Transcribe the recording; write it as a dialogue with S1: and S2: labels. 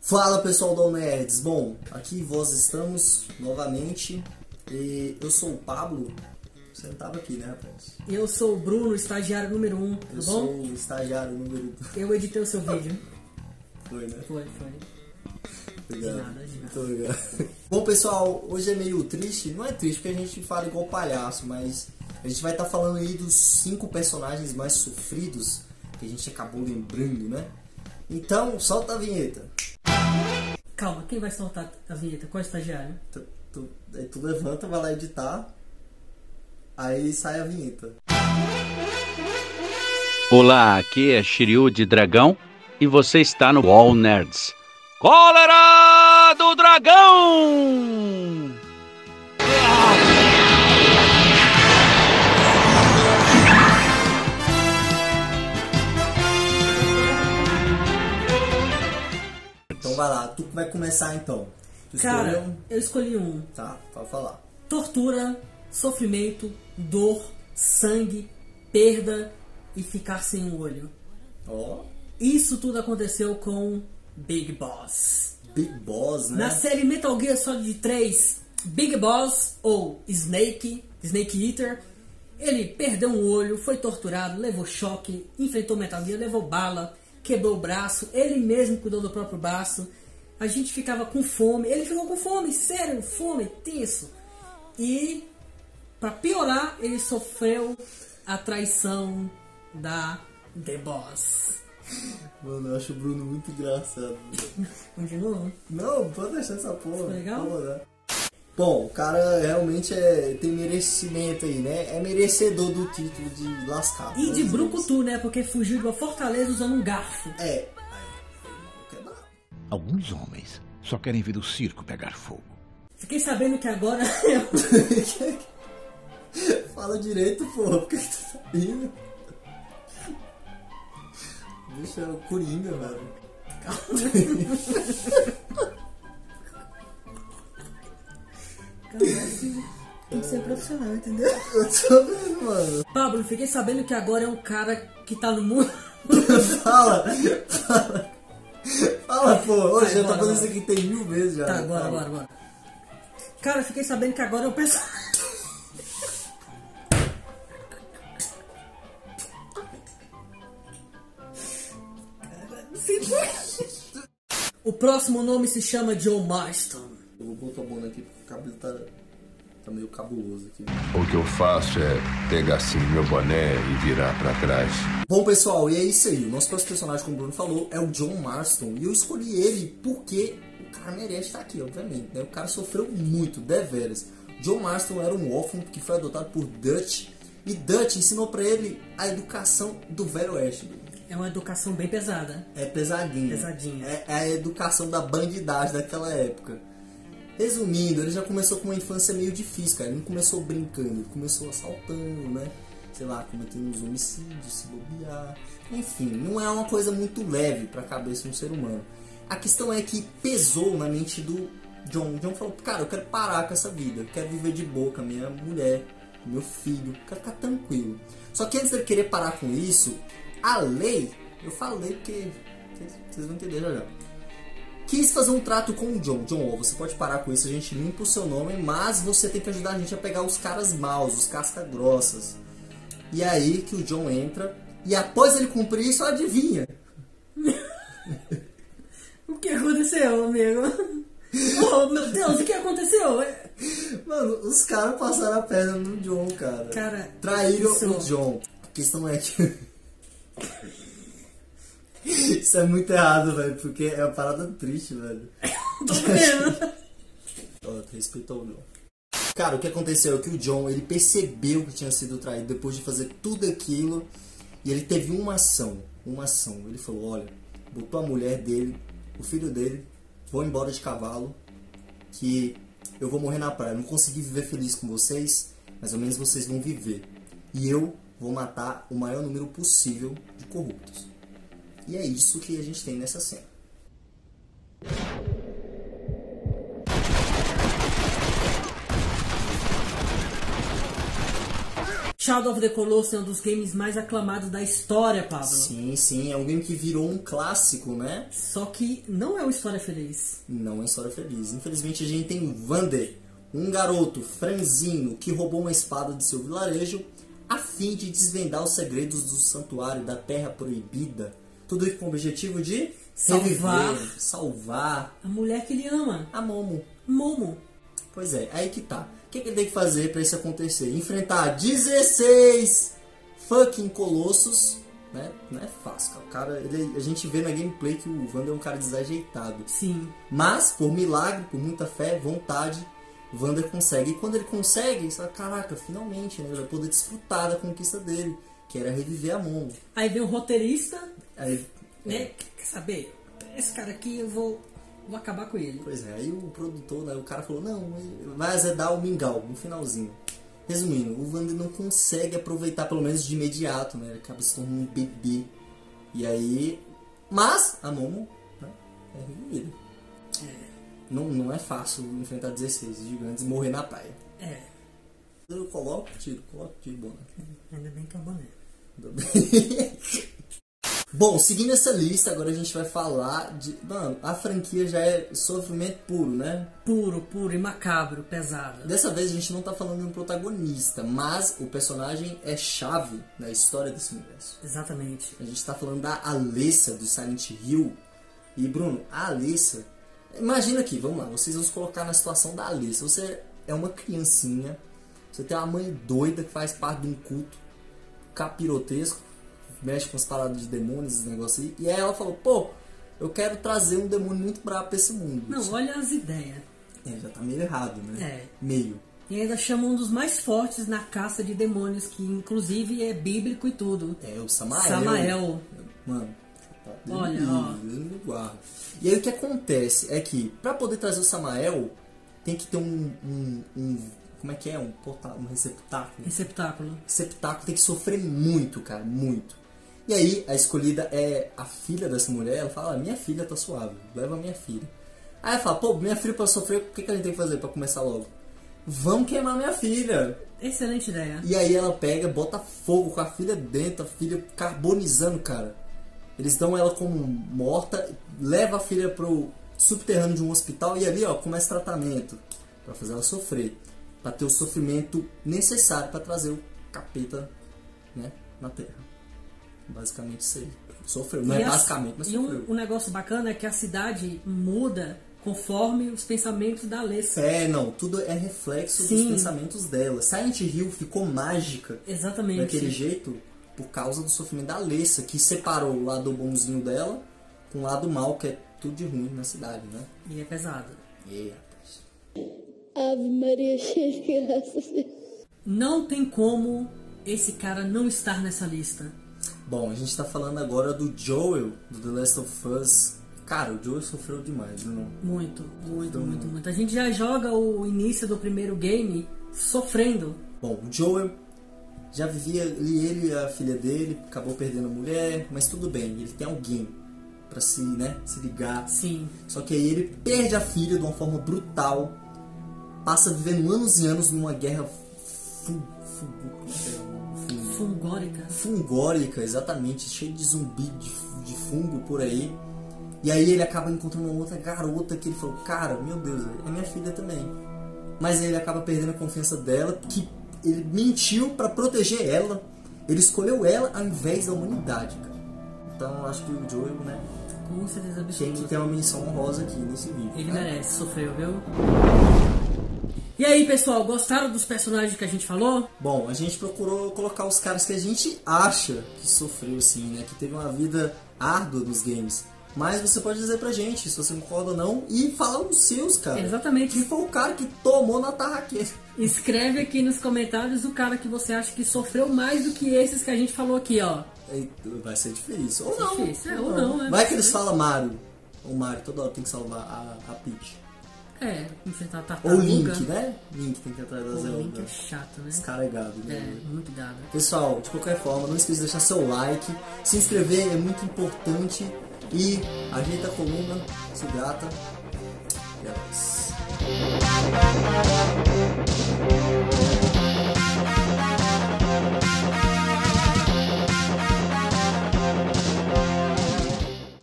S1: Fala pessoal do Nerds! Bom, aqui vós estamos novamente e eu sou o Pablo. Você não tava aqui, né, rapaz?
S2: Eu sou o Bruno, estagiário número 1, um, tá
S1: Eu
S2: bom?
S1: sou o estagiário número.
S2: Eu editei o seu vídeo.
S1: Foi, né?
S2: Foi, foi.
S1: Obrigado.
S2: nada, de nada.
S1: Muito obrigado. Bom, pessoal, hoje é meio triste. Não é triste porque a gente fala igual palhaço, mas a gente vai estar falando aí dos cinco personagens mais sofridos que a gente acabou lembrando, né? Então, solta a vinheta.
S2: Calma, quem vai soltar a vinheta? Qual é estagiário?
S1: Tu, tu, aí tu levanta, vai lá editar, aí sai a vinheta.
S3: Olá, aqui é Shiryu de Dragão e você está no All Nerds. Cólera do Dragão!
S1: Então vai lá, tu vai começar então. Tu
S2: Cara,
S1: escolheu?
S2: eu escolhi um.
S1: Tá, pode falar.
S2: Tortura, sofrimento, dor, sangue, perda e ficar sem um olho.
S1: Ó,
S2: Isso tudo aconteceu com Big Boss.
S1: Big Boss, né?
S2: Na série Metal Gear Solid 3, Big Boss, ou Snake, Snake Eater, ele perdeu um olho, foi torturado, levou choque, enfrentou Metal Gear, levou bala, quebrou o braço, ele mesmo cuidou do próprio braço. A gente ficava com fome, ele ficou com fome, sério, fome, tenso. E, pra piorar, ele sofreu a traição da The Boss.
S1: Mano, eu acho o Bruno muito engraçado.
S2: Continua?
S1: Não, pode deixar essa porra.
S2: Tá Legal?
S1: Vamos lá. Bom, o cara realmente é, tem merecimento aí, né? É merecedor do título de lascar.
S2: E de
S1: Mas-
S2: brucutu, né? Porque fugiu de uma fortaleza usando um garfo.
S1: É. Aí, o maluco é brabo.
S4: Alguns homens só querem ver o circo pegar fogo.
S2: Fiquei sabendo que agora é
S1: Fala direito, porra. Por que que tu tá rindo? Bicho, é o Coringa, velho.
S2: né?
S5: Tem que ser profissional, entendeu?
S1: Eu tô vendo, mano.
S2: Pablo, fiquei sabendo que agora é um cara que tá no mundo.
S1: Fala! Fala! Fala, pô! Hoje já tá
S2: Vai,
S1: falando
S2: bora, bora.
S1: isso aqui tem mil vezes já.
S2: Tá, bora,
S1: Fala.
S2: bora, bora. Cara, fiquei sabendo que agora é um perso... O próximo nome se chama Joe Marston.
S1: Eu vou botar a mão aqui porque o cabelo tá, tá meio cabuloso aqui.
S6: O que eu faço é pegar assim meu boné e virar pra trás.
S1: Bom, pessoal, e é isso aí. O nosso próximo personagem, como o Bruno falou, é o John Marston. E eu escolhi ele porque o cara merece estar aqui, obviamente. Né? O cara sofreu muito, deveras. John Marston era um órfão que foi adotado por Dutch. E Dutch ensinou pra ele a educação do Velho Oeste.
S2: É uma educação bem pesada.
S1: É pesadinho.
S2: Pesadinho.
S1: É, é a educação da bandidagem daquela época. Resumindo, ele já começou com uma infância meio difícil, cara. Ele não começou brincando, ele começou assaltando, né? Sei lá, cometendo uns homicídios, se bobear. Enfim, não é uma coisa muito leve pra cabeça de um ser humano. A questão é que pesou na mente do John. O John falou, cara, eu quero parar com essa vida. Eu quero viver de boca, minha mulher, meu filho. Eu quero ficar tranquilo. Só que antes dele querer parar com isso, a lei... Eu falei porque... vocês- Vocês vão entender já já quis fazer um trato com o John. John, ó, você pode parar com isso, a gente limpa o seu nome, mas você tem que ajudar a gente a pegar os caras maus, os casca-grossas. E é aí que o John entra, e após ele cumprir isso, adivinha?
S2: O que aconteceu, amigo? Oh, meu Deus, o que aconteceu? É-
S1: Mano, os caras passaram a perna no John, cara.
S2: Cara,
S1: Traíram
S2: isso- é
S1: o John. A questão é que. isso é muito errado, velho, porque é uma parada triste, velho.
S2: Tô vendo.
S1: Ó, respeitou o John. Cara, o que aconteceu é que o John, ele percebeu que tinha sido traído depois de fazer tudo aquilo. E ele teve uma ação, uma ação. Ele falou, olha, botou a mulher dele, o filho dele, vou embora de cavalo, que eu vou morrer na praia. Eu não consegui viver feliz com vocês, mas ao menos vocês vão viver. E eu vou matar o maior número possível de corruptos. E é isso que a gente tem nessa cena.
S2: Shadow of the Colossus é um dos games mais aclamados da história, Pablo.
S1: Sim, sim, é um game que virou um clássico, né?
S2: Só que não é uma história feliz.
S1: Não é história feliz. Infelizmente a gente tem o Vander, um garoto franzino que roubou uma espada de seu vilarejo a fim de desvendar os segredos do santuário da Terra Proibida. Tudo isso com o objetivo de
S2: Salvar.
S1: reviver, salvar
S2: A mulher que ele ama,
S1: a Momo.
S2: Momo.
S1: Pois é, aí que tá. O que, que ele tem que fazer pra isso acontecer? Enfrentar 16 fucking colossos, né? Não é fácil, cara. O cara ele- a gente vê na gameplay que o Wander é um cara desajeitado.
S2: Sim.
S1: Mas, por milagre, por muita fé, vontade, Wander consegue. E quando ele consegue, você fala, caraca, finalmente, né? Ele vai poder desfrutar da conquista dele, que era reviver a Momo.
S2: Aí vem o roteirista,
S1: Aí,
S2: né? Quer saber? Esse cara aqui eu vou, vou acabar com ele.
S1: Pois é, aí o produtor, né, o cara falou, não, vai azedar o mingau no finalzinho. Resumindo, o Wander não consegue aproveitar pelo menos de imediato, né? Ele acaba se tornando um bebê. E aí. Mas a Momo, né? É revivida. Não, não é fácil enfrentar 16 gigantes e morrer na praia.
S2: É,
S1: Eu coloco tiro, coloco tiro, bom. né?
S2: ainda bem que é um boné.
S1: Ainda bem. Bom, seguindo essa lista, agora a gente vai falar de. Mano, a franquia já é sofrimento puro, né?
S2: Puro, puro e macabro, pesado.
S1: Dessa vez a gente não tá falando de um protagonista, mas o personagem é chave na história desse universo.
S2: Exatamente.
S1: A gente tá falando da Alessa do Silent Hill. E Bruno, a Alessa. Imagina aqui, vamos lá, vocês vão se colocar na situação da Alessa. Você é uma criancinha, você tem uma mãe doida que faz parte de um culto capirotesco, mexe com as paradas de demônios, esses negócios aí. E aí ela falou: pô, eu quero trazer um demônio muito brabo pra esse mundo.
S2: Não, olha as ideias.
S1: É, já tá meio errado, né?
S2: É.
S1: Meio.
S2: E ainda chama um dos mais fortes na caça de demônios, que inclusive é bíblico e tudo.
S1: É o Samael.
S2: Samael.
S1: Mano, tá Deus
S2: Olha,
S1: me
S2: ó.
S1: livre, Deus me guarda. E aí o que acontece é que, pra poder trazer o Samael, tem que ter um. um- um- como é que é? Um, porta- um receptáculo.
S2: Receptáculo.
S1: Receptáculo tem que sofrer muito, cara, muito. E aí a escolhida é a filha dessa mulher. Ela fala: "Ah, Minha filha tá suave, leva minha filha. Aí ela fala: Pô, minha filha pra sofrer, o que, que a gente tem que fazer pra começar logo? Vamos queimar minha filha.
S2: Excelente ideia.
S1: E aí ela pega, bota fogo com a filha dentro, a filha carbonizando, cara. Eles dão ela como morta, leva a filha pro subterrâneo de um hospital e ali, ó, começa tratamento Pra fazer ela sofrer, Pra ter o sofrimento necessário pra trazer o capeta, né, na terra. Basicamente isso aí. Sofreu, não
S2: E
S1: é
S2: as-
S1: basicamente, mas
S2: E
S1: sofreu.
S2: um, um negócio bacana é que a cidade muda conforme os pensamentos da Alessa.
S1: É, não, tudo é reflexo dos
S2: Sim.
S1: pensamentos dela. Silent Hill ficou mágica
S2: Exatamente.
S1: daquele jeito por causa do sofrimento da Alessa, que separou o lado bonzinho dela com o lado mal, que é tudo de ruim na cidade, né?
S2: E é pesado.
S1: E, rapaz.
S7: Ave Maria, cheia de graça, Senhor.
S2: Não tem como esse cara não estar nessa lista.
S1: Bom, a gente tá falando agora do Joel, do The Last of Us. Cara, o Joel sofreu demais, não?
S2: Muito, muito, muito, muito. A gente já joga o início do primeiro game sofrendo.
S1: Bom, o Joel já vivia ali ele e a filha dele, acabou perdendo a mulher, mas tudo bem, ele tem alguém pra se, né, se ligar.
S2: Sim.
S1: Só que aí ele perde a filha de uma forma brutal, passa vivendo anos e anos numa guerra fu- fu- fu-
S2: Fulgórica.
S1: fungórica, exatamente, cheia de zumbi, de, fu- de fungo por aí. E aí ele acaba encontrando uma outra garota que ele falou, cara, meu Deus, é minha filha também. Mas aí ele acaba perdendo a confiança dela, que ele mentiu pra proteger ela. Ele escolheu ela ao invés da humanidade, cara. Então eu acho que o Joel, né,
S2: Com certeza
S1: tem que ter
S2: absoluta.
S1: uma menção honrosa aqui nesse vídeo.
S2: Ele
S1: né?
S2: merece, sofreu, viu? E aí, pessoal, gostaram dos personagens que a gente falou?
S1: Bom, a gente procurou colocar os caras que a gente acha que sofreu, assim, né? Que teve uma vida árdua nos games. Mas você pode dizer pra gente se você concorda ou não e falar os seus, cara.
S2: Exatamente.
S1: Que foi o cara que tomou na tarraqueira.
S2: Escreve aqui nos comentários o cara que você acha que sofreu mais do que esses que a gente falou aqui, ó.
S1: Eita, Vai ser difícil. Ou não.
S2: Difícil, é, ou não, é.
S1: Vai que eles falam Mario. O Mario toda hora tem que salvar a, a Peach.
S2: É, enfrentar a tartaruga.
S1: Ou Link, né? Link tem que ir atrás da
S2: O Link
S1: Zelda.
S2: é chato, né?
S1: Descarregado.
S2: É,
S1: Né?
S2: muito dado.
S1: Pessoal, de qualquer forma, não esqueça de deixar seu like, se inscrever é muito importante e ajeita a coluna, se hidrata. E é nóis.